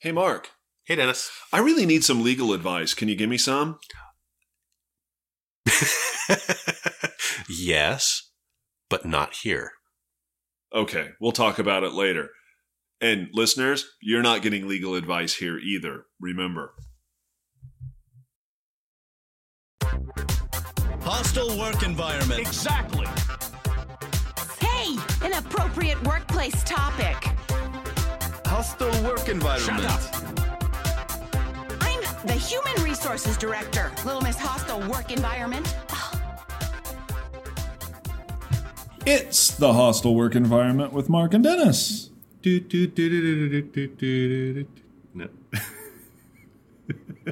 Hey, Mark, Hey, Dennis. I really need some legal advice. Can you give me some? yes, but not here. Okay, we'll talk about it later. And listeners, you're not getting legal advice here either. Remember. Hostile work environment. Exactly. Hey, an appropriate workplace topic. Hostile work environment. I'm the Human Resources Director, Little Miss Hostile Work Environment. It's the hostile work environment with Mark and Dennis. No.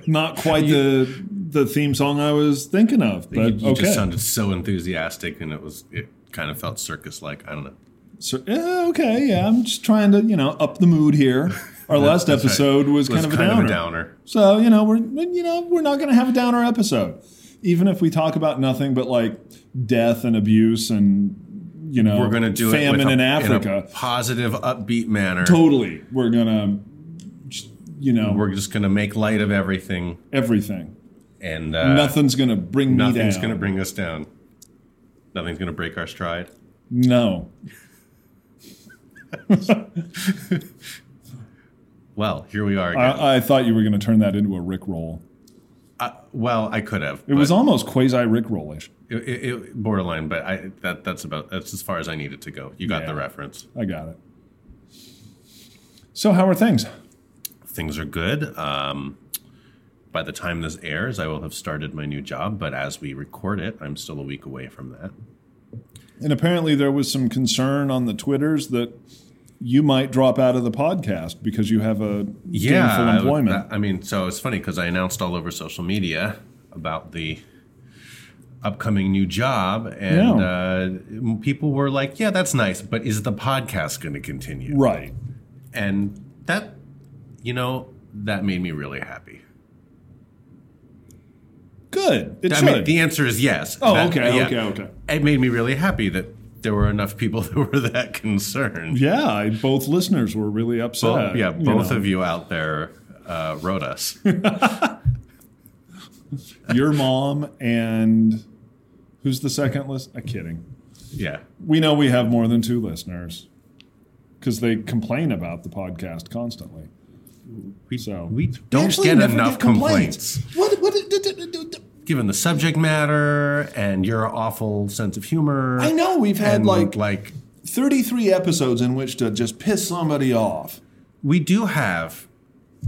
Not quite the the theme song I was thinking of, You, but you okay. just sounded so enthusiastic, and it was it kind of felt circus-like. I don't know. So- yeah, okay, yeah, I'm just trying to you know up the mood here. Our last That's right. episode was It kind, of, a kind downer. of a downer. so you know we're you know we're not going to have a downer episode, even if we talk about nothing but like death and abuse and you know We're going to do famine it with a- in a Africa. positive, upbeat manner. totally, we're gonna you know We're just going to make light of everything, everything. and uh, nothing's going to bring me down. nothing's going to bring us down. Nothing's going to break our stride. No. Well, here we are again. I, I thought you were going to turn that into a Rick roll. I- well, I could have. It was almost quasi Rick rollish. it, it, it- borderline, but I that that's about that's as far as I needed to go. You got Yeah. the reference. I got it. So, how are things? things are good. Um, by the time this airs, I will have started my new job, but as we record it, I'm still a week away from that. And apparently, there was some concern on the Twitters that you might drop out of the podcast because you have a gainful I- employment. I, mean, so it's funny because I announced all over social media about the upcoming new job, and Yeah. uh, people were like, "Yeah, that's nice, but is the podcast going to continue?" right. And that, you know, that made me really happy. Good. It I should. mean, the answer is yes. oh, That- okay, yeah. okay, okay. It made me really happy that there were enough people that were that concerned. Yeah, I, both listeners were really upset. Bo- yeah, you both know. of you out there uh, wrote us. Your mom and who's the second list? I'm kidding. yeah, We know we have more than two listeners because they complain about the podcast constantly. we So- we don't get enough complaints. What? What? given the subject matter and your awful sense of humor. I know, we've had, and, like- like Thirty-three episodes in which to just piss somebody off. we do have,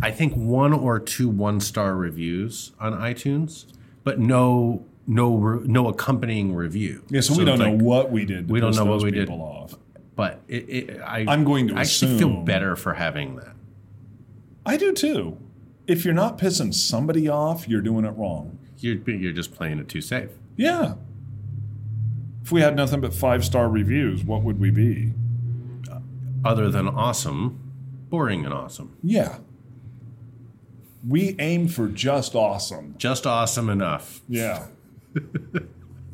I think one or two one star reviews on iTunes, but no no re- no accompanying review. Yeah, so, we don't it's like- know what we did. To we don't piss know what those we did. people Off. But it, it, I, I'm going to I actually feel assume- better for having that. I do too. If you're not pissing somebody off, you're doing it wrong. You're you're just playing it too safe. Yeah. If we had nothing but five-star reviews, what would we be? Other than awesome, boring and awesome. Yeah. We aim for just awesome. Just awesome enough. Yeah.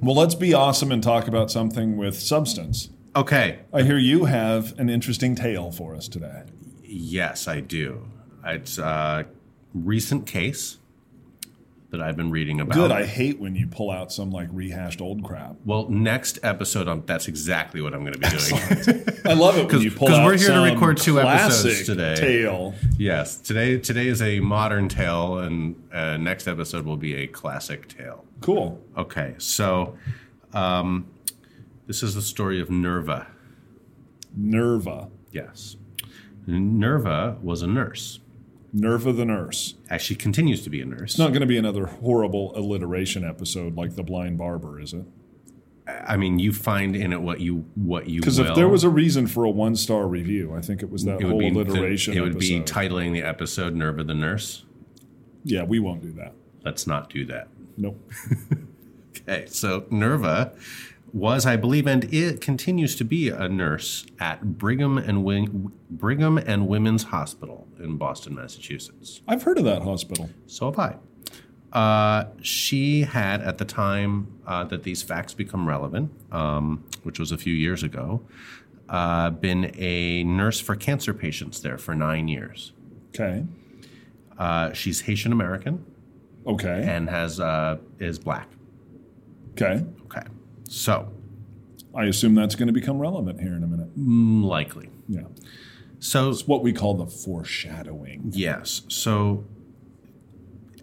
well, let's be awesome and talk about something with substance. Okay. I hear you have an interesting tale for us today. Yes, I do. It's a recent case that I've been reading about. Good. I hate when you pull out some like rehashed old crap. well, next episode, um, that's exactly what I'm going to be doing. I love it when 'Cause- you pull 'cause out we're here to some record two episodes classic today. Tale. yes, today today is a modern tale, and uh, next episode will be a classic tale. Cool. Okay, so um, this is the story of Nerva. Nerva. Yes. Nerva was a nurse. Nerva the nurse. As she continues to be a nurse. It's not going to be another horrible alliteration episode like the blind barber, is it? I mean, you find in it what you what you Because will. if there was a reason for a one-star review, I think it was that it whole would be the- alliteration. it would be episode. titling the episode "Nerva the Nurse." Yeah, we won't do that. Let's not do that. Nope. Okay, so Nerva was, I believe, and it continues to be a nurse at Brigham and Win- Brigham and Women's Hospital in Boston, Massachusetts. I've heard of that hospital. So have I. Uh, she had, at the time uh, that these facts become relevant, um, which was a few years ago, uh, been a nurse for cancer patients there for nine years. Okay. Uh, she's Haitian American Okay. and has uh, is black. Okay. Okay, so I assume that's going to become relevant here in a minute. likely. Yeah. So It's what we call the foreshadowing. Yes. So,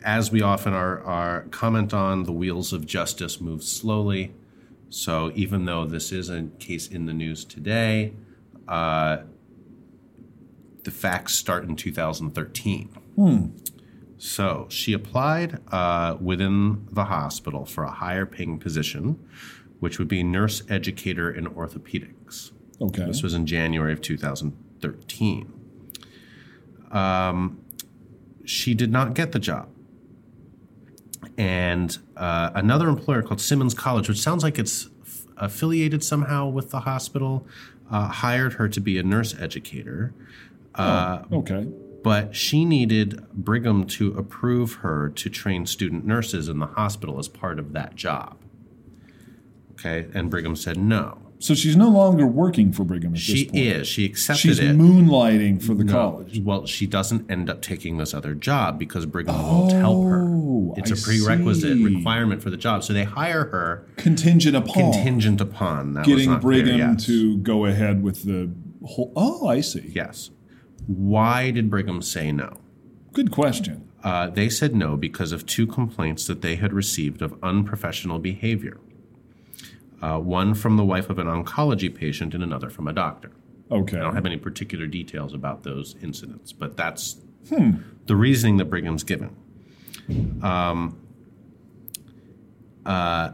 as we often are, are comment on, the wheels of justice move slowly. So, even though this is a case in the news today, uh, the facts start in 2013. So, she applied uh, within the hospital for a higher paying position, which would be nurse educator in orthopedics. Okay. This was in January of 2013. Um, she did not get the job. And uh, another employer called Simmons College, which sounds like it's f- affiliated somehow with the hospital, uh, hired her to be a nurse educator. okay. But she needed Brigham to approve her to train student nurses in the hospital as part of that job. Okay. And Brigham said no. So she's no longer working for Brigham at this She point. is. She accepted She's it. moonlighting for the No. college. Well, she doesn't end up taking this other job because Brigham won't help her. Oh, It's I a prerequisite see. requirement for the job. So they hire her Contingent upon contingent upon that was getting not clear, Brigham yes. to go ahead with the whole. Oh, I see. Yes. Why did Brigham say no? Good question. Uh, they said no because of two complaints that they had received of unprofessional behavior uh, one from the wife of an oncology patient and another from a doctor. Okay. I don't have any particular details about those incidents, but that's the reasoning that Brigham's given. Um, uh,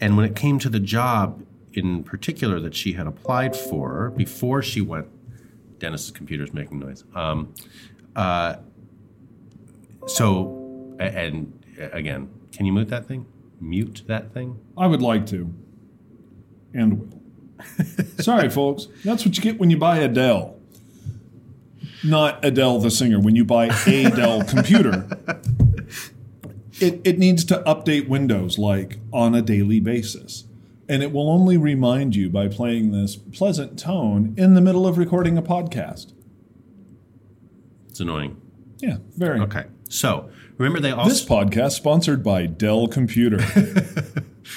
and when it came to the job in particular that she had applied for before she went, Dennis's computer's making noise. Um, uh, so, a- and uh, again, can you mute that thing? Mute that thing? I would like to, and will. Sorry, folks. That's what you get when you buy Adele. Not Adele the singer. When you buy a Dell computer, it, it needs to update Windows like on a daily basis. And it will only remind you by playing this pleasant tone in the middle of recording a podcast. It's annoying. Yeah, very. Okay. So remember they also This podcast sponsored by Dell Computer.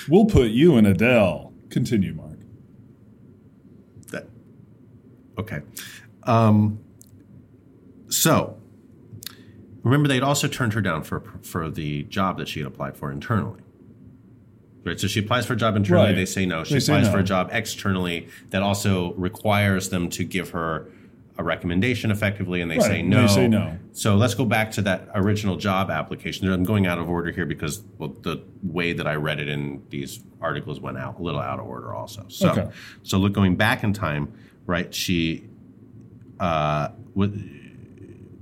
we'll put you in a Dell. Continue, Mark. that. Okay. Um, so remember they'd also turned her down for for the job that she had applied for internally. Right. So she applies for a job internally, Right. they say no. She They say applies for no. a job externally that also requires them to give her a recommendation effectively and they Right, say and they no. say no. So let's go back to that original job application. I'm going out of order here because well, the way that I read it in these articles went out a little out of order also. So Okay. so look going back in time, right? She uh, with,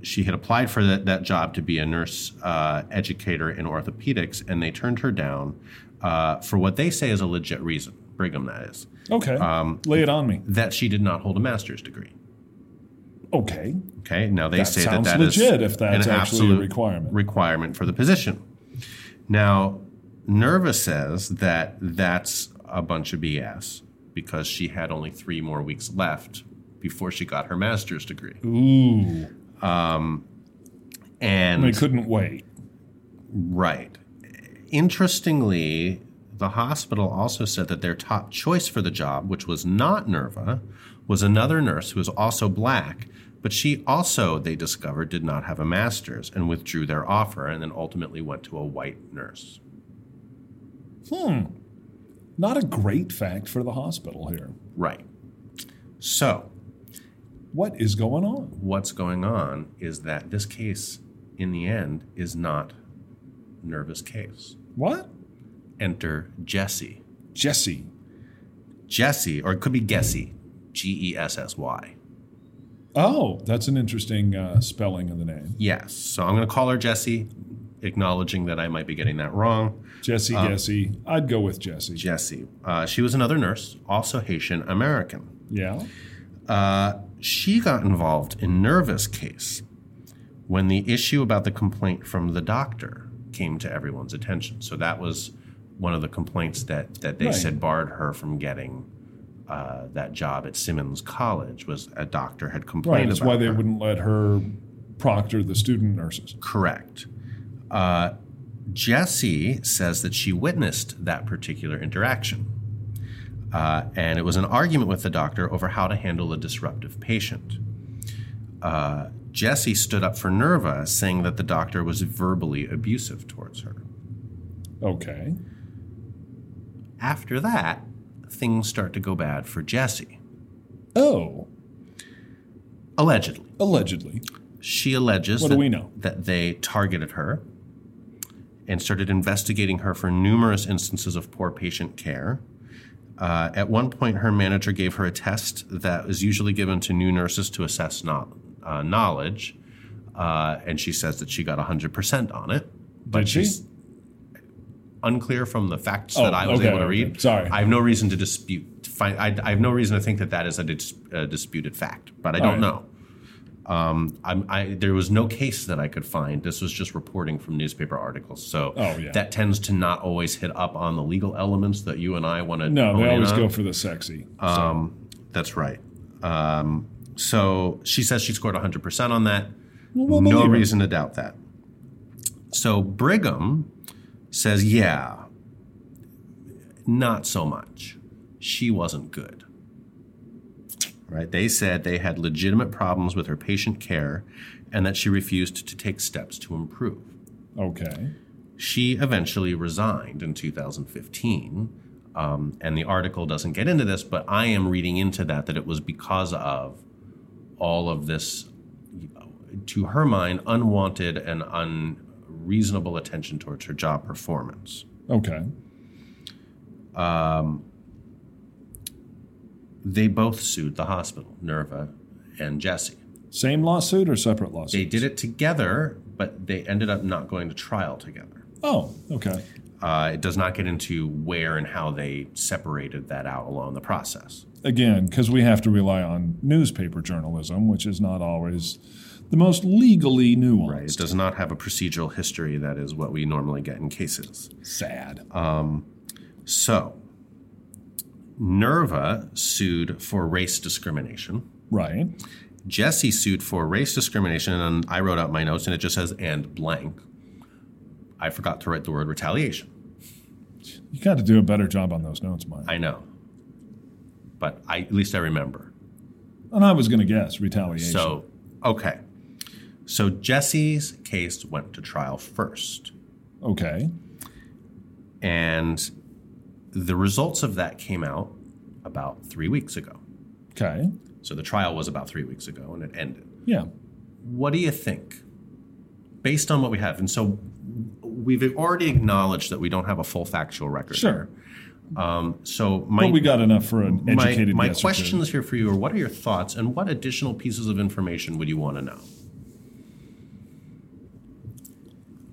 she had applied for that, that job to be a nurse uh, educator in orthopedics, and they turned her down uh, for what they say is a legit reason. Brigham, that is, Okay. Lay it on me. that she did not hold a master's degree. Okay. Okay. Now they That say that sounds that is legit if that's actually an a absolute requirement. requirement for the position. Now, Nerva says that that's a bunch of BS because she had only three more weeks left before she got her master's degree, Ooh. and They couldn't wait. right. Interestingly, the hospital also said that their top choice for the job, which was not Nerva, was another nurse who was also black, but she also, they discovered, did not have a master's and withdrew their offer and then ultimately went to a white nurse. Hmm. Not a great fact for the hospital here. Right. So, What is going on? what's going on is that this case, in the end, is not Nerva's case. What? Enter Jesse. Jesse. Jesse, or it could be Gessie, G E S S Y. Oh, that's an interesting uh, spelling of the name. Yes. So I'm going to call her Jesse, acknowledging that I might be getting that wrong. Jesse, Jesse. I'd go with Jesse. Jesse. Uh, she was another nurse, also Haitian American. yeah. Uh, she got involved in Nerva's case when the issue about the complaint from the doctor came to everyone's attention. So that was one of the complaints that, that they Right. said barred her from getting uh, that job at Simmons College was a doctor had complained Right. That's about why they her. wouldn't let her proctor the student nurses. Correct. Uh, Jesse says that she witnessed that particular interaction. Uh, and it was an argument with the doctor over how to handle a disruptive patient. Uh, Jesse stood up for Nerva, saying that the doctor was verbally abusive towards her. Okay. After that, things start to go bad for Jesse, Oh, allegedly. allegedly. She alleges What do that, we know? that they targeted her and started investigating her for numerous instances of poor patient care. Uh, at one point, her manager gave her a test that was usually given to new nurses to assess no- uh, knowledge, uh, and she says that she got 100% on it. Did she? she's- Unclear from the facts Oh, that I was okay, able to okay. read. Sorry. I have no reason to dispute. to Find, I, I have no reason to think that that is a, dis, a disputed fact, but I All don't right. know. Um, I'm, I, there was no case that I could find. This was just reporting from newspaper articles. So Oh, yeah. that tends to not always hit up on the legal elements that you and I want to. No, they always go for the sexy. Um, that's right. Um, so she says she scored 100% on that. Well, we'll no believe it. reason to doubt that. So Brigham says, yeah, not so much. She wasn't good. Right? They said they had legitimate problems with her patient care and that she refused to take steps to improve. Okay. She eventually resigned in 2015. Um, and the article doesn't get into this, but I am reading into that that it was because of all of this, you know, to her mind, unwanted and unreasonable attention towards her job performance. Okay. They both sued the hospital, Nerva and Jesse. Same lawsuit or separate lawsuit? They did it together, but they ended up not going to trial together. Oh, okay. Uh, it does not get into where and how they separated that out along the process. Again, because we have to rely on newspaper journalism, which is not always the most legally nuanced. Right. It does not have a procedural history that is what we normally get in cases. Sad. So, Nerva sued for race discrimination. right. Jesse sued for race discrimination, and I wrote out my notes, and it just says and blank. I forgot to write the word retaliation. You got to do a better job on those notes, Mike. I know, but I at least I remember. and I was going to guess retaliation. So, okay. So Jesse's case went to trial first. okay. And the results of that came out about three weeks ago. Okay. So the trial was about three weeks ago and it ended. Yeah. What do you think? Based on what we have, and so we've already acknowledged that we don't have a full factual record. Sure. Um, so my, but we got enough for an my, educated my guess or two. questions here for you are what are your thoughts and what additional pieces of information would you want to know?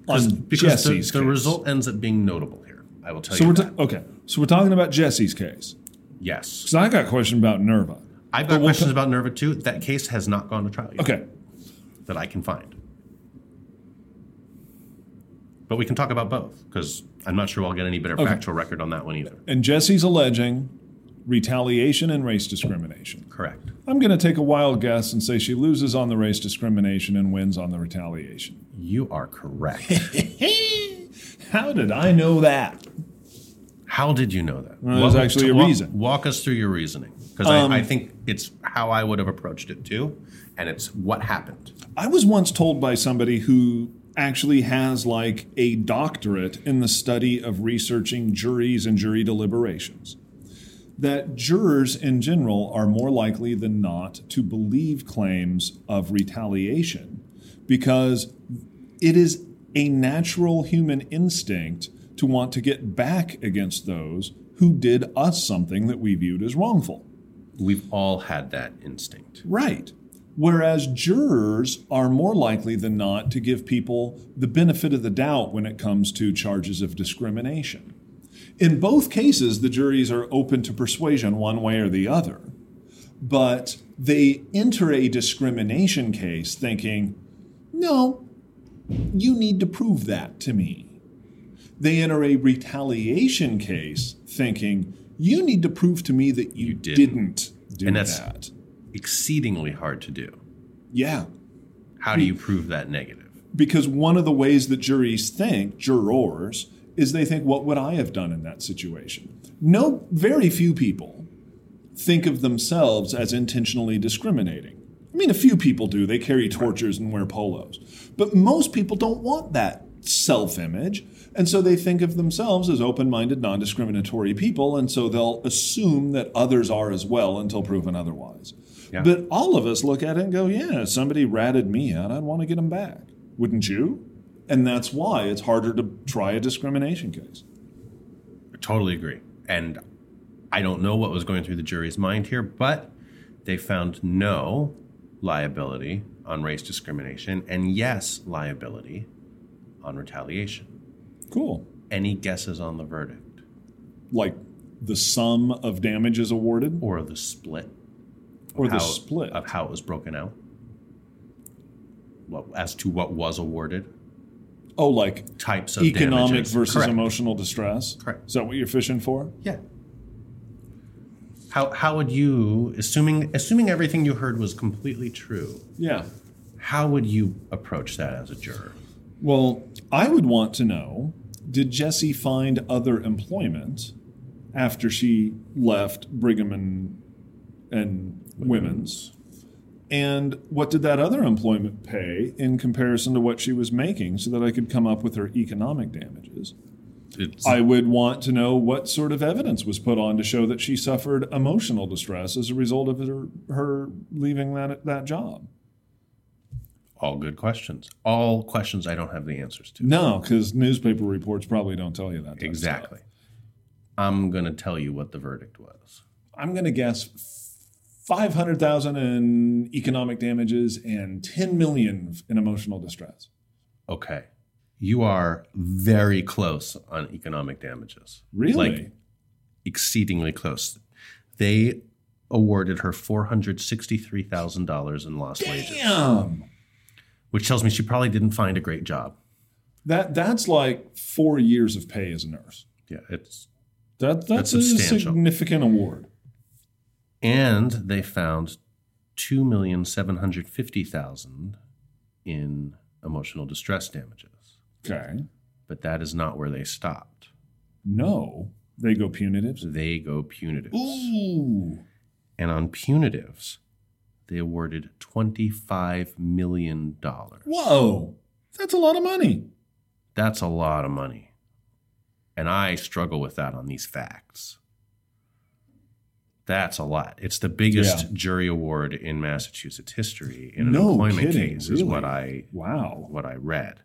on Because the, Jesse's the case. result ends up being notable here. I will tell So you we're that. ta- okay. So we're talking about Jesse's case. yes. So I got a question about Nerva. I've got questions about Nerva too. That case has not gone to trial yet. Okay. that I can find. But we can talk about both because I'm not sure I'll get any better Okay. factual record on that one either. And Jesse's alleging retaliation and race discrimination. Correct. I'm going to take a wild guess and say she loses on the race discrimination and wins on the retaliation. You are correct. How did I know that? how did you know that? Well, there's Walk- actually a walk- reason. Walk us through your reasoning because Um, I, I think it's how I would have approached it too, and it's what happened. I was once told by somebody who actually has like a doctorate in the study of researching juries and jury deliberations that jurors in general are more likely than not to believe claims of retaliation because it is a natural human instinct to want to get back against those who did us something that we viewed as wrongful. We've all had that instinct. Right. Whereas jurors are more likely than not to give people the benefit of the doubt when it comes to charges of discrimination. In both cases, the juries are open to persuasion one way or the other, but they enter a discrimination case thinking, no, you need to prove that to me. They enter a retaliation case thinking, You need to prove to me that you, You didn't. didn't. do And that's- that. Exceedingly hard to do. Yeah. How do you prove that negative? Because one of the ways that juries think, jurors, is they think, what would I have done in that situation? No, very few people think of themselves as intentionally discriminating. I mean, a few people do. They carry torches and wear polos. But most people don't want that self image. And so they think of themselves as open minded, non discriminatory people. And so they'll assume that others are as well until proven otherwise. Yeah. But all of us look at it and go, yeah, if somebody ratted me out. I'd want to get them back. Wouldn't you? And that's why it's harder to try a discrimination case. Totally agree. And I don't know what was going through the jury's mind here, but they found no liability on race discrimination and yes, liability on retaliation. Cool. Any guesses on the verdict Like the sum of damages awarded or the split? or how- the split. of how it was broken out? What, as to what was awarded, Oh, like types of economic damages. versus Correct. emotional distress. Correct. Is that what you're fishing for? Yeah. How how would you assuming assuming everything you heard was completely true? Yeah. How would you approach that as a juror? Well, I would want to know did Jessie find other employment after she left Brigham and, and Women's? And what did that other employment pay in comparison to what she was making so that I could come up with her economic damages? It's, I would want to know what sort of evidence was put on to show that she suffered emotional distress as a result of her, her leaving that, that job. all good questions. All questions I don't have the answers to. No, because newspaper reports probably don't tell you that. type of stuff. Exactly. I'm gonna tell you what the verdict was. I'm going to guess 500,000 in economic damages and 10 million in emotional distress. Okay. You are very close on economic damages. Really? Like exceedingly close. They awarded her four hundred sixty-three thousand dollars in lost wages. Damn. which tells me she probably didn't find a great job. That that's like 4 years of pay as a nurse. Yeah, it's That that's, That's a substantial. significant award. and they found two million seven hundred fifty thousand in emotional distress damages, Okay. but that is not where they stopped. No. They go punitives. They go punitives, Ooh. and on punitives, they awarded twenty-five million dollars. Whoa. That's a lot of money. That's a lot of money, and I struggle with that on these facts. That's a lot. It's the biggest Yeah. jury award in Massachusetts history in an No employment kidding, case, really? is what I Wow. what I read.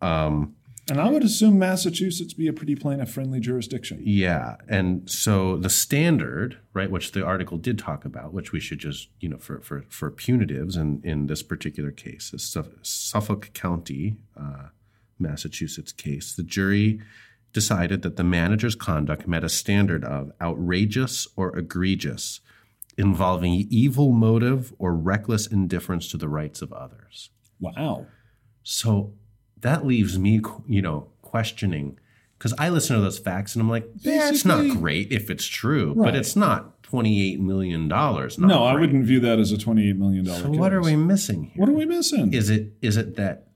Um, And I would assume Massachusetts be a pretty plaintiff friendly jurisdiction. yeah, and so the standard, right, which the article did talk about, which we should just you know for for for punitives in in this particular case, the Suff- Suffolk County, uh, Massachusetts case, the jury decided that the manager's conduct met a standard of outrageous or egregious, involving evil motive or reckless indifference to the rights of others. Wow. So that leaves me, you know, questioning because I listen to those facts and I'm like, yeah, it's not Basically- great if it's true, Right. but it's not $28 million. Not No, I great. wouldn't view that as a 28 million dollar So what are we missing here? What are we missing? Is it is it that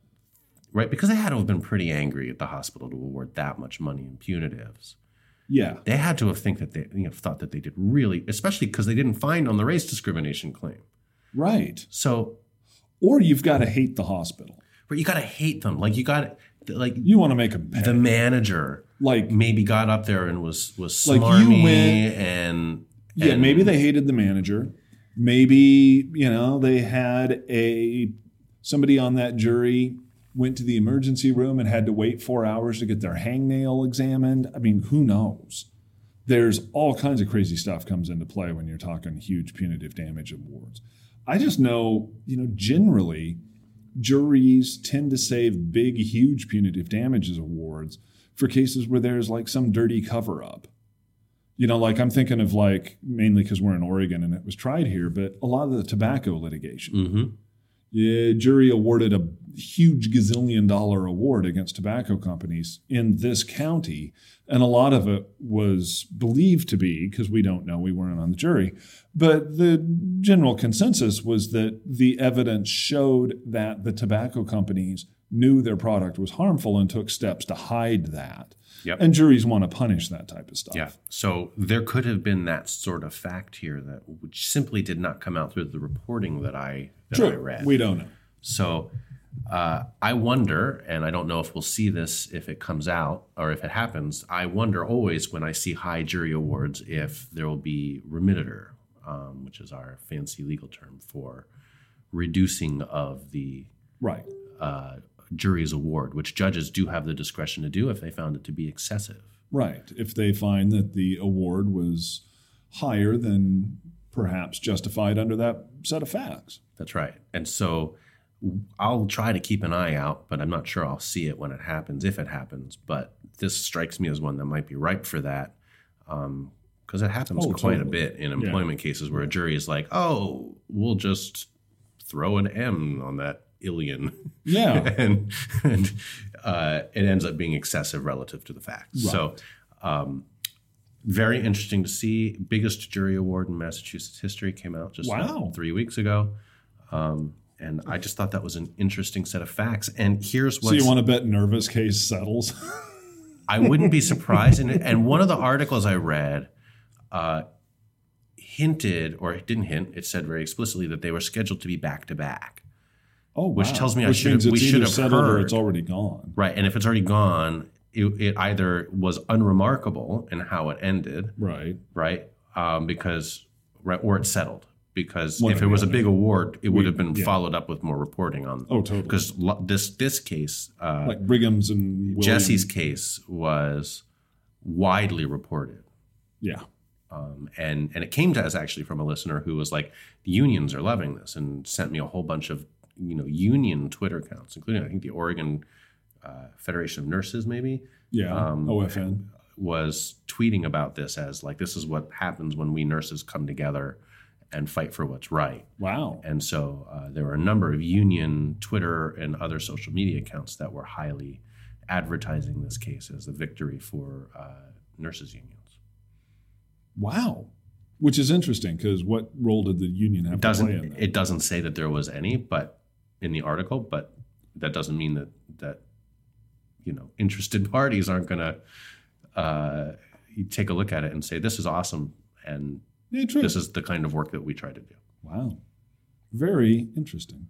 right? Because they had to have been pretty angry at the hospital to award that much money in punitives. yeah. They had to have think that they you know thought that they did really, especially because they didn't find on the race discrimination claim. Right. So, Or you've got to hate the hospital. but you got to hate them. Like you got to like You want to make them pay. the manager like, maybe got up there and was was Like, you smarmy went- and yeah, and- maybe they hated the manager. Maybe, you know, they had a somebody on that jury went to the emergency room and had to wait 4 hours to get their hangnail examined. I mean, who knows? There's all kinds of crazy stuff comes into play when you're talking huge punitive damage awards. I just know, you know, generally juries tend to save big, huge punitive damages awards for cases where there's like some dirty cover up. You know, like I'm thinking of like mainly because we're in Oregon and it was tried here, but a lot of the tobacco litigation. Mhm. Yeah, jury awarded a huge gazillion dollar award against tobacco companies in this county. And a lot of it was believed to be, because we don't know, we weren't on the jury, but the general consensus was that the evidence showed that the tobacco companies knew their product was harmful and took steps to hide that. Yep. And juries want to punish that type of stuff. Yeah. So there could have been that sort of fact here that which simply did not come out through the reporting that I that I True. read. We don't know. So uh, I wonder, and I don't know if we'll see this if it comes out or if it happens. I wonder always when I see high jury awards if there will be remediator, um, which is our fancy legal term for reducing of the Right. uh, jury's award, which judges do have the discretion to do if they found it to be excessive. Right. If they find that the award was higher than perhaps justified under that set of facts. That's right. And so w- I'll try to keep an eye out, but I'm not sure I'll see it when it happens, if it happens. But this strikes me as one that might be ripe for that. Because it happens Oh, quite a totally. bit in employment cases where a jury is like, oh, we'll just throw an M on that illion. Yeah. and and uh, it ends up being excessive relative to the facts. So, um, very interesting to see. Biggest jury award in Massachusetts history came out just Wow. three weeks ago, um, and I just thought that was an interesting set of facts. And here's so what you want to bet nervous case settles? I wouldn't be surprised. And, and one of the articles I read uh, hinted, or it didn't hint, it said very explicitly that they were scheduled to be back to back. oh, Which wow. tells me I Which should means have- it's we should either have settled or heard. it's already gone. Right. And if it's already gone, it, it either was unremarkable in how it ended, Right. right? Um, because, right, or it settled. Because One if or the it was a other. big award, it would have been yeah. followed up with more reporting on. Oh, totally. Because lo- this this case, uh, Like Brigham's and Williams. Jesse's case was widely reported. Yeah. Um, and and it came to us actually from a listener who was like, the unions are loving this, and sent me a whole bunch of you know union Twitter accounts, including I think the Oregon uh, Federation of Nurses, maybe Yeah. Um, OFN. was tweeting about this as like this is what happens when we nurses come together and fight for what's right. Wow. And so uh, there were a number of union Twitter and other social media accounts that were highly advertising this case as a victory for uh, nurses unions. Wow. Which is interesting because what role did the union have to It play in doesn't that? it doesn't say that there was any, but in the article, but that doesn't mean that that you know interested parties aren't going to uh, take a look at it and say this is awesome and yeah, true. this is the kind of work that we try to do. wow. Very interesting.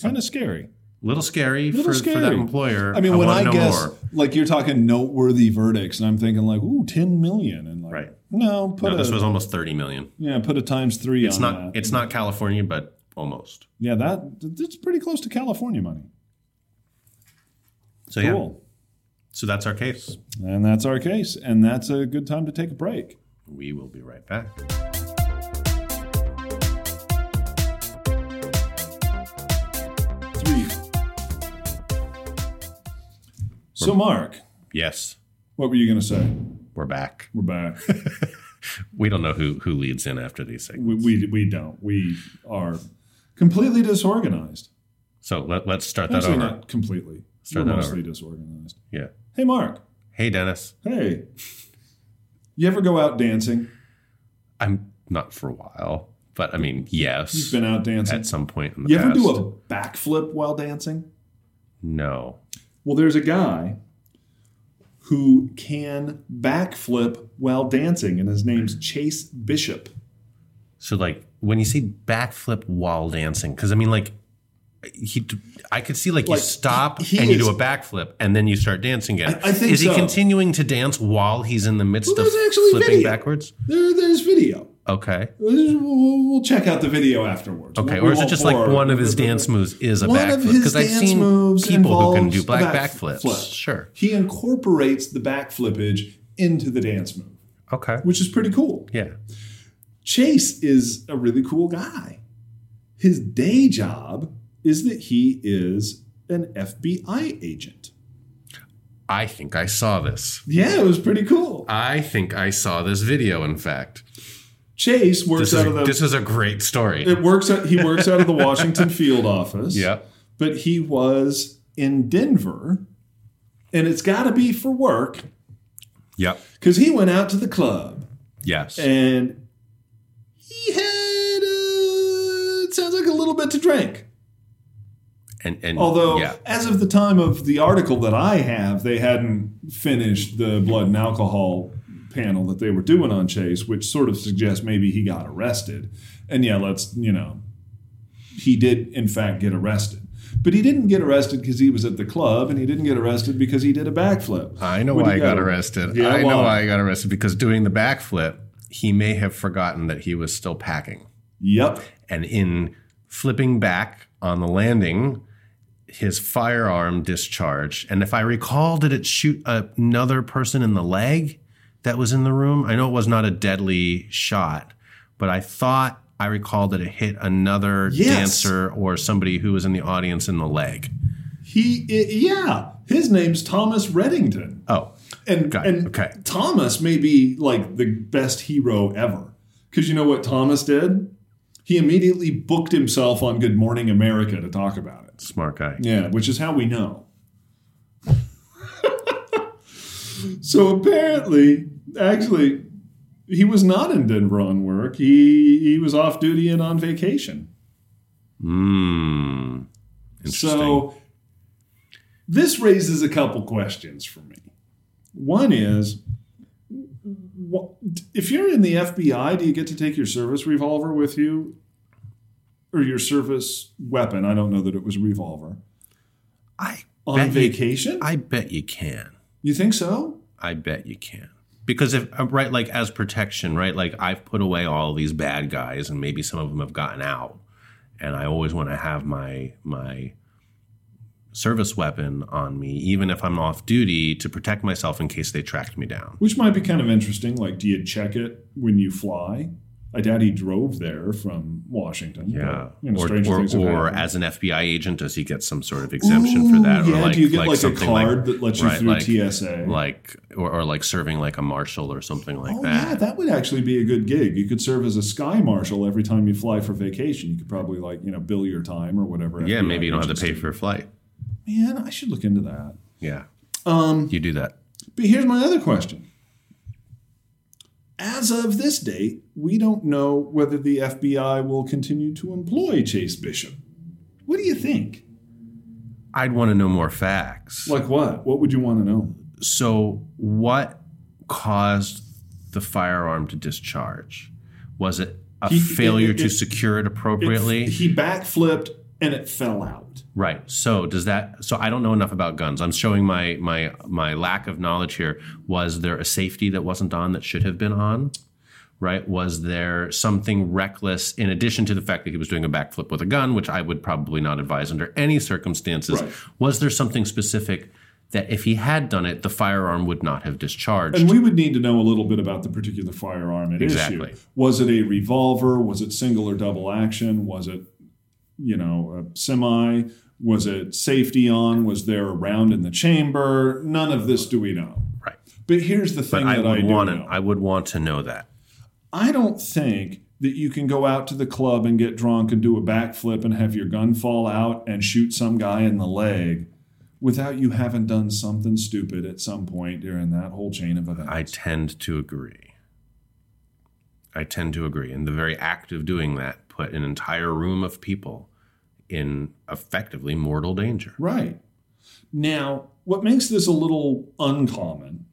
Kind of scary. Little scary, Little for, for that scary. employer. I mean, when wanna I know guess, more. like you're talking noteworthy verdicts, and I'm thinking like, ooh, 10 million, and like, Right. no, put no, a Uh-huh. this was almost thirty million. yeah, put a times three It's on not. that. It's not California, but almost. yeah, that that's pretty close to California money. So yeah. cool. So that's our case. And that's our case, and that's a good time to take a break. We will be right back. Three. So, Mark, Yes, what were you going to say? we're back. We're back. We don't know who who leads in after these things. we, we we don't. We are completely disorganized. So let, let's start that Actually, over. not completely. Start we're that mostly over. disorganized. Yeah. Hey, Mark. Hey, Dennis. Hey, you ever go out dancing? I'm not for a while, but I mean, You've yes, been out dancing. at some point in the you past. ever do a backflip while dancing? no. Well, there's a guy who can backflip while dancing, and his name's Chase Bishop. So like when you say backflip while dancing, because I mean like he, d- I could see like, Like, you stop he- he and you is- do a backflip and then you start dancing again. I- I think is so. he continuing to dance while he's in the midst Well, of there's actually flipping video. backwards? There, there's video. Okay, There's- We'll we'll check out the video afterwards. okay. We Or is it won't just like bore- one of his dance moves is a One backflip? of his Because I've dance seen moves people who can involves do a black back backflips. flip. Sure. He incorporates the backflippage into the dance move, Okay. which is pretty cool. Yeah. Chase is a really cool guy. His day job is that he is an FBI agent. I think I saw this. Yeah, it was pretty cool. I think I saw this video. In fact, Chase works This is, out a, of the this is a great story. it works out, he works out of the Washington field office. yeah. But he was in Denver and it's got to be for work Yep. cuz he went out to the club Yes. and he had uh, it sounds like a little bit to drink. and, and Although, yeah. as of the time of the article that I have, they hadn't finished the blood and alcohol panel that they were doing on Chase, which sort of suggests maybe he got arrested. And yeah, let's, you know, he did, in fact, get arrested. But he didn't get arrested because he was at the club, and he didn't get arrested because he did a backflip. I know When why he I got arrested. Yeah, I know why? why I got arrested because doing the backflip, he may have forgotten that he was still packing. Yep. And in flipping back on the landing, his firearm discharged. And if I recall, did it shoot another person in the leg that was in the room? I know it was not a deadly shot, but I thought I recalled that it hit another Yes. dancer or somebody who was in the audience in the leg. He, i yeah, his name's Thomas Reddington. Oh, and Okay, and okay. Thomas may be like the best hero ever because you know what Thomas did? He immediately booked himself on Good Morning America to talk about it. smart guy. Yeah, which is how we know. so apparently, actually, he was not in Denver on work. He he was off duty and on vacation. Mm. Interesting. So this raises a couple questions for me. One is wh- if you're in the FBI, do you get to take your service revolver with you or your service weapon? I don't know that it was a revolver. I On bet you- vacation? I bet you can. you think so? I bet you can. Because if uh, right, like as protection, right? Like I've put away all these bad guys, and maybe some of them have gotten out, and I always want to have my my service weapon on me, even if I'm off duty, to protect myself in case they tracked me down. Which might be kind of interesting. Like, do you check it when you fly? I doubt he drove there from Washington. but, Yeah, you know, or strange or, things have or happened. as an FBI agent, does he get some sort of exemption for that? Ooh, or yeah, like, do you get like, a something like- card that lets you right, through like- TSA? like or, or like serving like a marshal or something like oh that. yeah, that would actually be a good gig. You could serve as a sky marshal every time you fly for vacation. You could probably like you know bill your time or whatever. yeah, FBI maybe you don't have to pay agents for a flight. do. Man, I should look into that. Yeah, Um, you do that. but here's my other question. As of this date, we don't know whether the FBI will continue to employ Chase Bishop. What do you think? I'd want to know more facts. Like what? What would you want to know? So, what caused the firearm to discharge? Was it a He- it- failure it- to it- secure it It- appropriately? he backflipped and it fell out. right. So, does that? So, I don't know enough about guns. I'm showing my my my lack of knowledge here. Was there a safety that wasn't on that should have been on? Right? Was there something reckless in addition to the fact that he was doing a backflip with a gun, which I would probably not advise under any circumstances? Right. Was there something specific that if he had done it, the firearm would not have discharged? And we would need to know a little bit about the particular firearm at Exactly. issue. Was it a revolver? Was it single or double action? Was it, you know, a semi? Was it safety on? Was there a round in the chamber? None of this do we know. Right. But here's the But thing I that I, would do want to. know. I would want to know that. I don't think that you can go out to the club and get drunk and do a backflip and have your gun fall out and shoot some guy in the leg without you having done something stupid at some point during that whole chain of events. I tend to agree. I tend to agree. And the very act of doing that put an entire room of people in effectively mortal danger. Right. Now, what makes this a little uncommon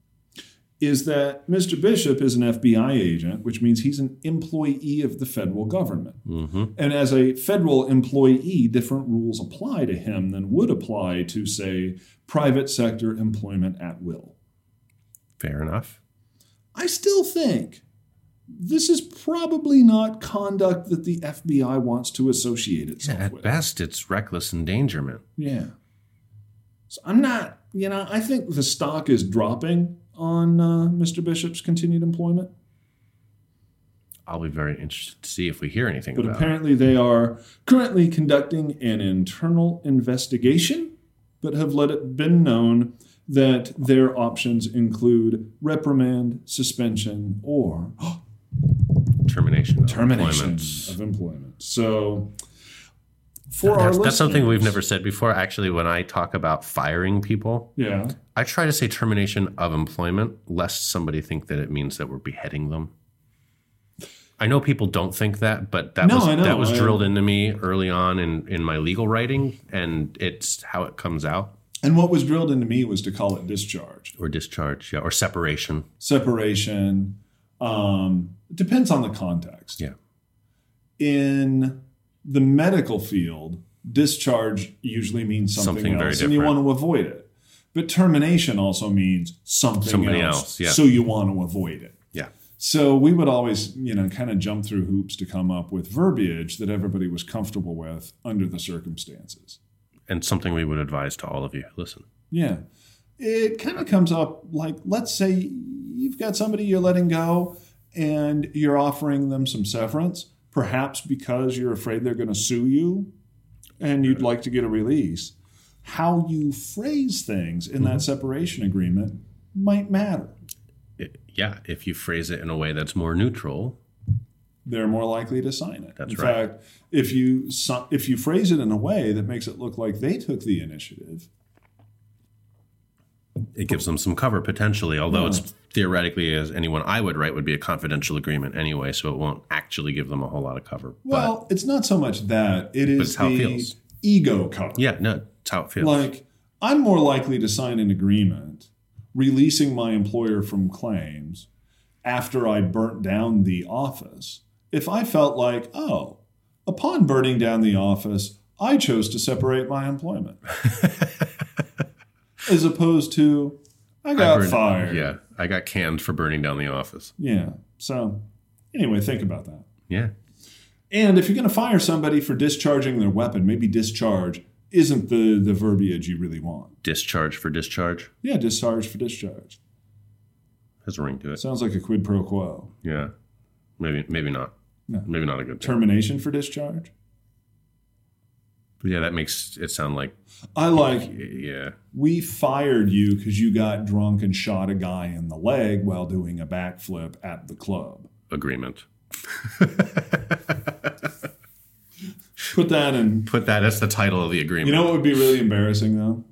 is that Mr. Bishop is an FBI agent, which means he's an employee of the federal government. And as a federal employee, different rules apply to him than would apply to, say, private sector employment at will. Fair enough. I still think this is probably not conduct that the FBI wants to associate itself At with. best, it's reckless endangerment. Yeah. So I'm not, you know, I think the stock is dropping on uh, Mr. Bishop's continued employment, I'll be very interested to see if we hear anything but about apparently they are currently conducting an internal investigation, but have let it been known that their options include reprimand, suspension, or it. termination. of termination employment. of employment. So for our That's, that's something we've listeners- never said before. Actually, when I talk about firing people, Yeah. I try to say termination of employment, lest somebody think that it means that we're beheading them. I know people don't think that, but that No, was I know. that was I- drilled into me early on in, in my legal writing, and it's how it comes out And what was drilled into me was to call it discharge, or discharge, yeah, or separation. separation. Um, it depends on the context. Yeah. In the medical field, discharge usually means something, Something else, very and you want different. to avoid it. But termination also means something Somebody else, else, yeah. so you want to avoid it. Yeah. So we would always, you know, kind of jump through hoops to come up with verbiage that everybody was comfortable with under the circumstances. And something we would advise to all of you. Listen. Yeah. It kind of comes up like, let's say you've got somebody you're letting go and you're offering them some severance, perhaps because you're afraid they're going to sue you and you'd like to get a release. How you phrase things in Mm-hmm. that separation agreement might matter. It- yeah, if you phrase it in a way that's more neutral, They're more likely to sign it. That's in right. fact, if you si- if you phrase it in a way that makes it look like they took the initiative, it gives them some cover potentially. Although it's theoretically, as anyone I would write would be a confidential agreement anyway, so it won't actually give them a whole lot of cover. well, it's not so much that it is it's how it the feels. ego cover. but yeah, no, it's how it feels. Like, I'm more likely to sign an agreement releasing my employer from claims after I burnt down the office if I felt like, oh, upon burning down the office, I chose to separate my employment. As opposed to, I I got burned- fired. Yeah, I got canned for burning down the office. Yeah. So, anyway, think about that. Yeah, And if you're going to fire somebody for discharging their weapon, maybe discharge isn't the, the verbiage you really want. discharge for discharge Yeah, discharge for discharge. has a ring to it. Sounds like a quid pro quo. yeah, maybe maybe not. No. Maybe not a good term. Termination for discharge? Yeah, that makes it sound like I like, yeah. we fired you because you got drunk and shot a guy in the leg while doing a backflip at the club. agreement. Put that in. Put that as the title of the agreement. You know what would be really embarrassing, though?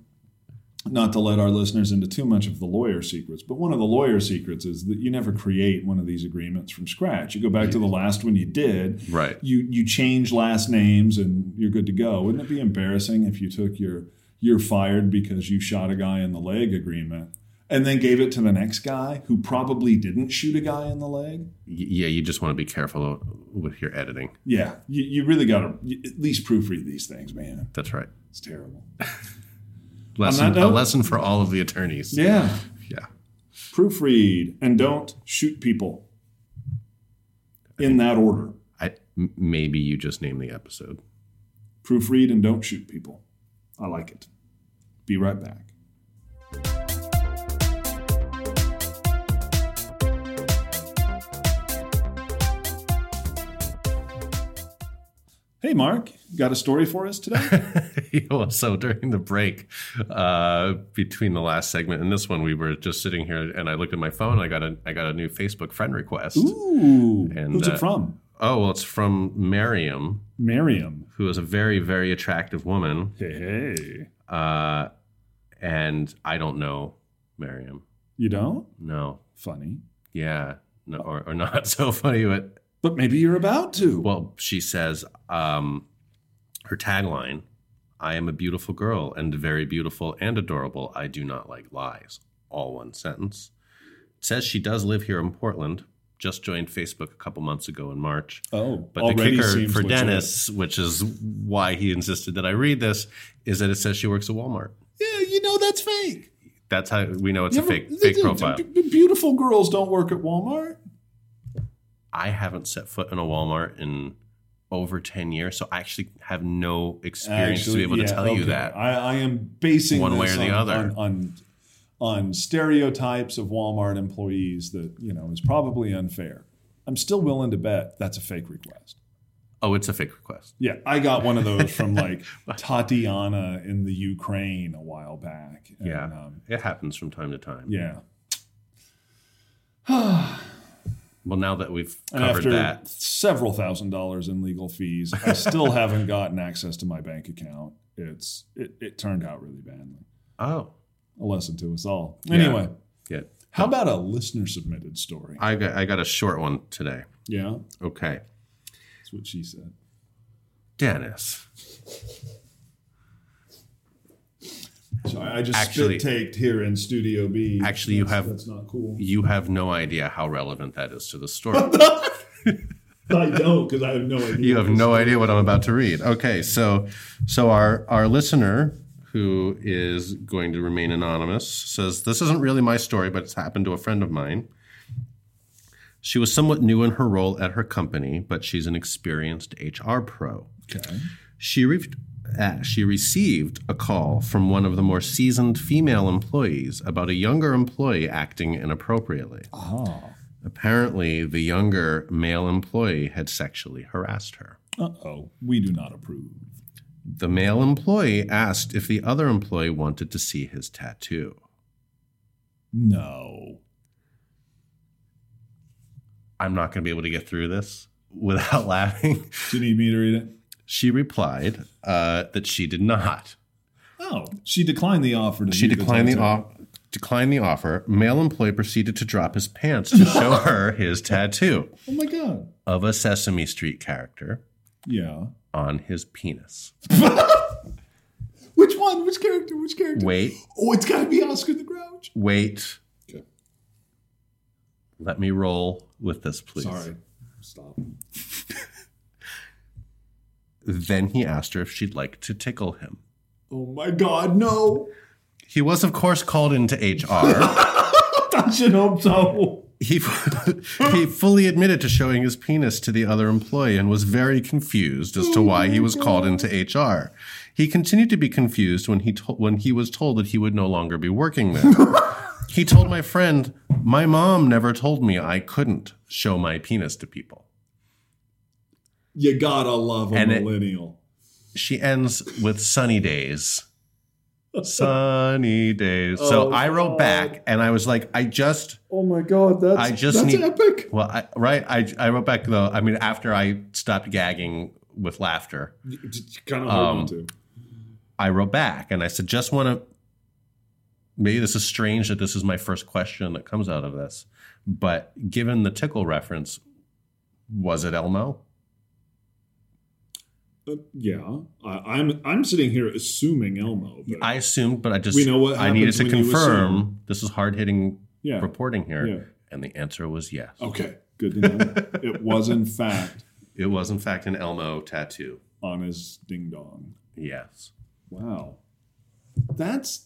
Not to let our listeners into too much of the lawyer secrets, but one of the lawyer secrets is that you never create one of these agreements from scratch. You go back to the last one you did. Right. You you change last names and you're good to go. Wouldn't it be embarrassing if you took your you're fired because you shot a guy in the leg agreement and then gave it to the next guy who probably didn't shoot a guy in the leg? Y- yeah, you just want to be careful with your editing. Yeah, you, you really got to at least proofread these things, man. That's right. It's terrible. Lesson, that a note- lesson for all of the attorneys. Yeah. Yeah. proofread and don't shoot people in that order I, m- maybe you just name the episode. proofread and don't shoot people i like it be right back hey mark got a story for us today Well, so during the break uh, between the last segment and this one, we were just sitting here, and I looked at my phone. And I got a I got a new Facebook friend request. ooh And, who's uh, it from Oh well, it's from Miriam, miriam who is a very very attractive woman, hey uh, and I don't know Miriam. you don't No, funny yeah, no, or, or not so funny, but but maybe you're about to Well, she says um, her tagline: "I am a beautiful girl and very beautiful and adorable. I do not like lies." All one sentence. It says she does live here in Portland. Just joined Facebook a couple months ago in March. oh But already the kicker seems for legit. Dennis, which is why he insisted that I read this, is that it says she works at Walmart. yeah you know that's fake That's how we know it's You a ever- fake the- fake the- profile. the- the beautiful girls don't work at Walmart. I haven't set foot in a Walmart in over ten years, so I actually have no experience to be able yeah, to tell you okay. that. I, I am basing One way this or the on- other. on, on on stereotypes of Walmart employees that you know is probably unfair. I'm still willing to bet that's a fake request. Oh, it's a fake request. Yeah, I got one of those from like Tatiana in the Ukraine a while back. And, Yeah. um, It happens from time to time. yeah. Well, now that we've And covered after that, several thousand dollars in legal fees, I still haven't gotten access to my bank account. It's it, it turned out really badly. oh, A lesson to us all. Anyway, yeah, how about a listener submitted story? I got I got a short one today. yeah, Okay, that's what she said. Dennis. Sorry, I just Actually- spit taked here in Studio B. Actually, you That's- have- that's not cool. You have no idea how relevant that is to the story. I don't because I have no idea. you have no idea what I'm about to read. Okay, so so our our listener who is going to remain anonymous says this isn't really my story, but it's happened to a friend of mine. She was somewhat new in her role at her company, but she's an experienced HR pro. Okay. She re- uh, she received a call from one of the more seasoned female employees about a younger employee acting inappropriately. Oh. Apparently, the younger male employee had sexually harassed her. Uh oh. We do not approve. The male employee asked if the other employee wanted to see his tattoo. No. I'm not going to be able to get through this without laughing. Do you need me to read it? She replied uh, that she did not. Oh, she declined the offer. To She view declined the tattoo. offer. Declined the offer. Male employee proceeded to drop his pants to show her his tattoo Oh my god. of a Sesame Street character Yeah. on his penis. Which one? Which character? Which character? Wait, Oh, it's got to be Oscar the Grouch. wait. Okay. Let me roll with this, please. Sorry. Stop. Then he asked her if she'd like to tickle him. Oh my god, no. He was, of course, called into HR. I should hope so. he, he fully admitted to showing his penis to the other employee and was very confused as to why he was called into HR. He continued to be confused when he, to- when he was told that he would no longer be working there. he told my friend, My mom never told me I couldn't show my penis to people. You gotta love a And it- millennial. She ends with sunny days. Sunny days. so Oh, I wrote back and I was like, I just. oh my god, that's I just that's need- epic. Well, I, right. I, I wrote back though. I mean, after I stopped gagging with laughter, Kind of Um, hard to. I wrote back and I said, just want to. Maybe this is strange that this is my first question that comes out of this, but given the tickle reference, was it Elmo? Uh, yeah, I, I'm I'm sitting here assuming Elmo. But I assumed, but I just We know what I needed happens to when you confirm. assume. This is hard hitting yeah. reporting here, Yeah. Oh. and the answer was yes. Okay. Good to know. it was in fact It was in fact an Elmo tattoo. on his ding dong. Yes. Wow. That's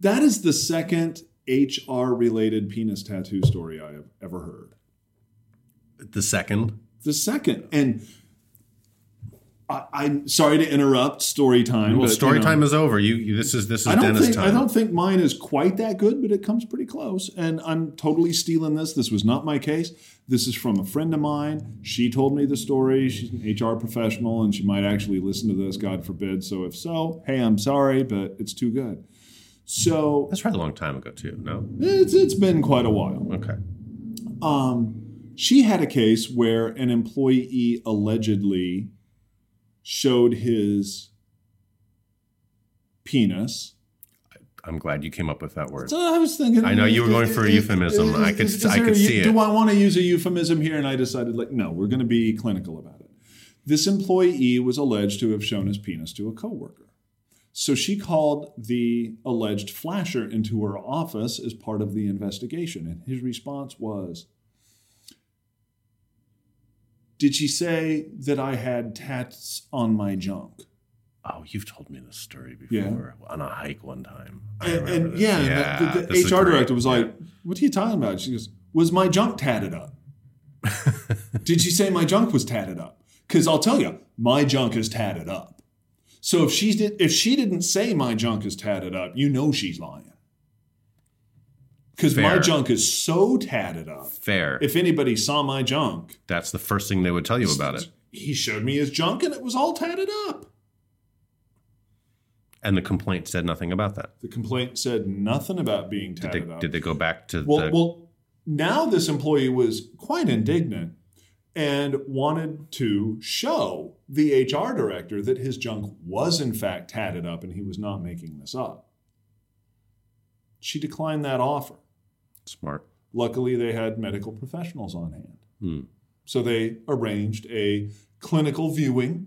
that is the second HR related penis tattoo story I have ever heard. The second. The second. And I, I'm sorry to interrupt story time. Well, but, story you know, time is over. You, you this is this is I don't Dennis think time. I don't think mine is quite that good, but it comes pretty close. And I'm totally stealing this. This was not my case. This is from a friend of mine. She told me the story. She's an HR professional, and she might actually listen to this. God forbid. So if so, hey, I'm sorry, but it's too good. So That's right, a long time ago too. No, it's it's been quite a while. okay. Um, she had a case where an employee allegedly showed his penis. I'm glad you came up with that word. So I was thinking. I know you were going for a euphemism. I could- there I could a eu- see it. Do I want to use a euphemism here? And I decided, like, no, we're going to be clinical about it. This employee was alleged to have shown his penis to a coworker. So she called the alleged flasher into her office as part of the investigation. And his response was Did she say that I had tats on my junk? Oh, you've told me this story Yeah. before on a hike one time. I and, remember and this. yeah, and the, the, this is HR great. director was like, "What are you talking about?" She goes, "Was my junk tatted up? Did she say my junk was tatted up? Because I'll tell you, my junk is tatted up. So if she did, if she didn't say my junk is tatted up, you know she's lying. Because my Fair. junk is so tatted up. fair. If anybody saw my junk, That's the first thing they would tell you about it. he showed me his junk, and it was all tatted up." And the complaint said nothing about that. The complaint said nothing about being Did they, tatted up. did they go back to Well, the well, Now, this employee was quite indignant and wanted to show the HR director that his junk was, in fact, tatted up and he was not making this up. She declined that offer. Smart. Luckily, they had medical professionals on hand. Hmm. So they arranged a clinical viewing.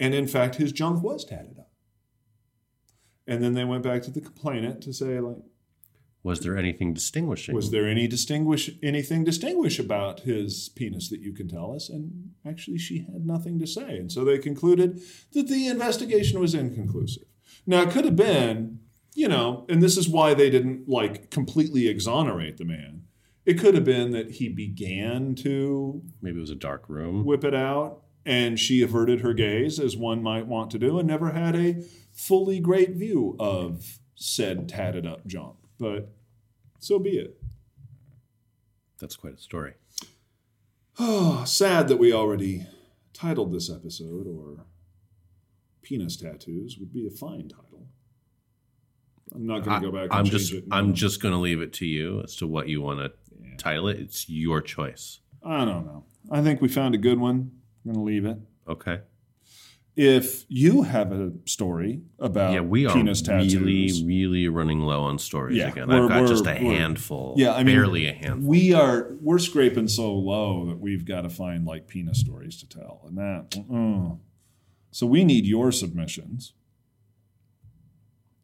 And in fact, his junk was tatted up. And then they went back to the complainant to say, like, Was there anything distinguishing? was there any distinguish anything distinguish about his penis that you can tell us? And actually, she had nothing to say. And so they concluded that the investigation was inconclusive. Now, it could have been, you know, and this is why they didn't like completely exonerate the man. It could have been that he began to Maybe it was a dark room. whip it out, and she averted her gaze as one might want to do, and never had a fully great view of said tatted up junk. But so be it. That's quite a story. Oh, sad that we already titled this episode, or penis tattoos would be a fine title. I'm not going to go back. And I'm change just It now. I'm just going to leave it to you as to what you want to title it. It's your choice. I don't know. I think we found a good one. I'm going to leave it. Okay. If you have a story about yeah, we are uh, penis tattoos, really really running low on stories Yeah, again. we're- I've got we're- just a we're- handful. Yeah, I mean, barely a handful. We are we're scraping so low that we've got to find like penis stories to tell, and that. mm. So we need your submissions,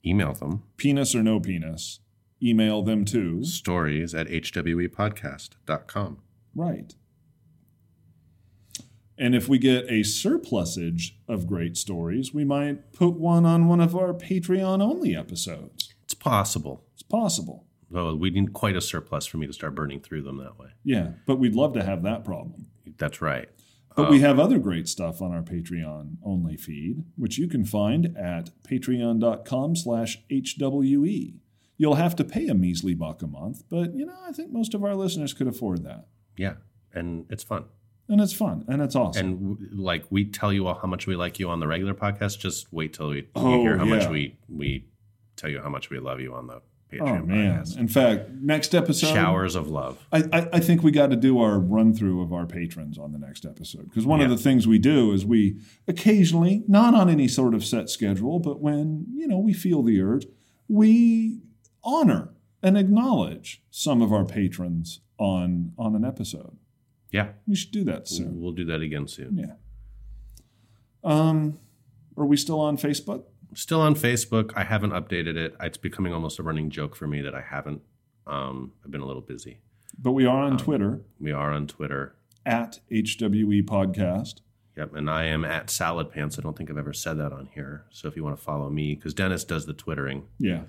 Email them penis or no penis. Email them too. stories at E hwepodcast.com. Right. And if we get a surplusage of great stories, we might put one on one of our Patreon only episodes. It's possible. It's possible. Though we need quite a surplus for me to start burning through them that way. Yeah, but we'd love to have that problem. That's right. But Oh. we have other great stuff on our Patreon only feed, which you can find at patreon.com slash HWE. You'll have to pay a measly buck a month, but you know, I think most of our listeners could afford that. Yeah, and it's fun. And it's fun and it's awesome. And w- like we tell you all how much we like you on the regular podcast, just wait till we, Oh, you hear how yeah. much we we tell you how much we love you on the Patreon oh man. podcast. In fact, next episode Showers of love. I, I, I think we got to do our run through of our patrons on the next episode because one of the things we do is we occasionally, not on any sort of set schedule, but when you know we feel the urge, we honor and acknowledge some of our patrons on on an episode. Yeah, We should do that soon. we'll do that again soon. Yeah. Um, are we still on Facebook? Still on Facebook. I haven't updated it. It's becoming almost a running joke for me that I haven't. Um, I've been a little busy. But we are on Twitter We are on Twitter. at HWE Podcast. Yep, and I am at Salad Pants. I don't think I've ever said that on here. So if you want to follow me, because Dennis does the twittering, Yeah.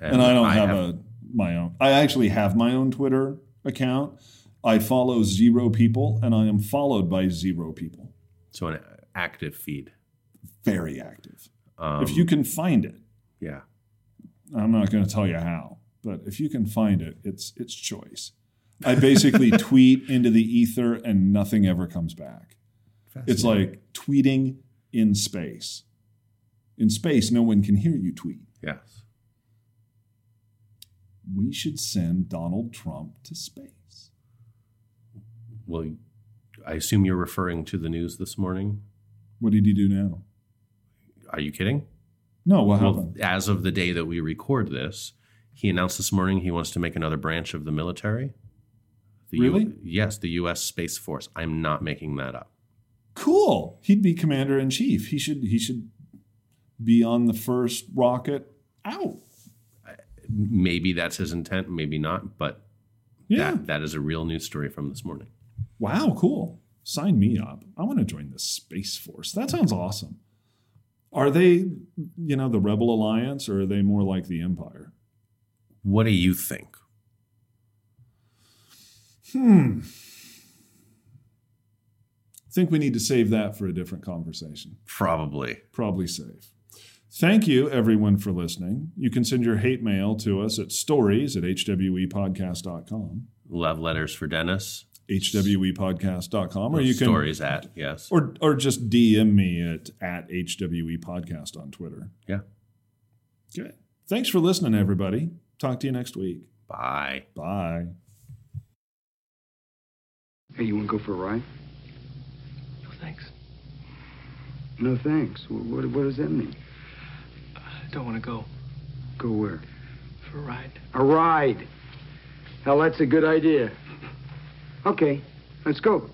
and I don't have, a. a my own. I actually have my own Twitter account. I follow zero people, and I am followed by zero people. so an active feed. Very active. Um, if you can find it, yeah, I'm not going to tell you how, but if you can find it, it's it's choice. I basically tweet into the ether, and nothing ever comes back. It's like tweeting in space. In space, no one can hear you tweet. yes, We should send Donald Trump to space. well, I assume you're referring to the news this morning. What did he do now? Are you kidding? No, what Well, happened? as of the day that we record this, he announced this morning he wants to make another branch of the military. The Really? U- yes, the U.S. Space Force. I'm not making that up. Cool. He'd be commander in chief. He should he should be on the first rocket out. Maybe that's his intent, maybe not, but Yeah. that, that is a real news story from this morning. Wow, cool. Sign me up. I want to join the space force. That sounds awesome. Are they, you know, the rebel alliance or are they more like the empire? What do you think? Hmm. I think we need to save that for a different conversation. Probably. probably safe. Thank you, everyone, for listening. You can send your hate mail to us at stories at E hwepodcast.com, Love letters for Dennis. E hwepodcast.com, or you can stories at yes. or or just DM me at at hwepodcast on Twitter. Yeah. Okay. Thanks for listening, everybody. Talk to you next week. Bye. Bye. Hey, you want to go for a ride? No, thanks. No, thanks. What, what, what does that mean? I don't want to go Go where? for a ride. A ride. Hell, that's a good idea. Okay, let's go.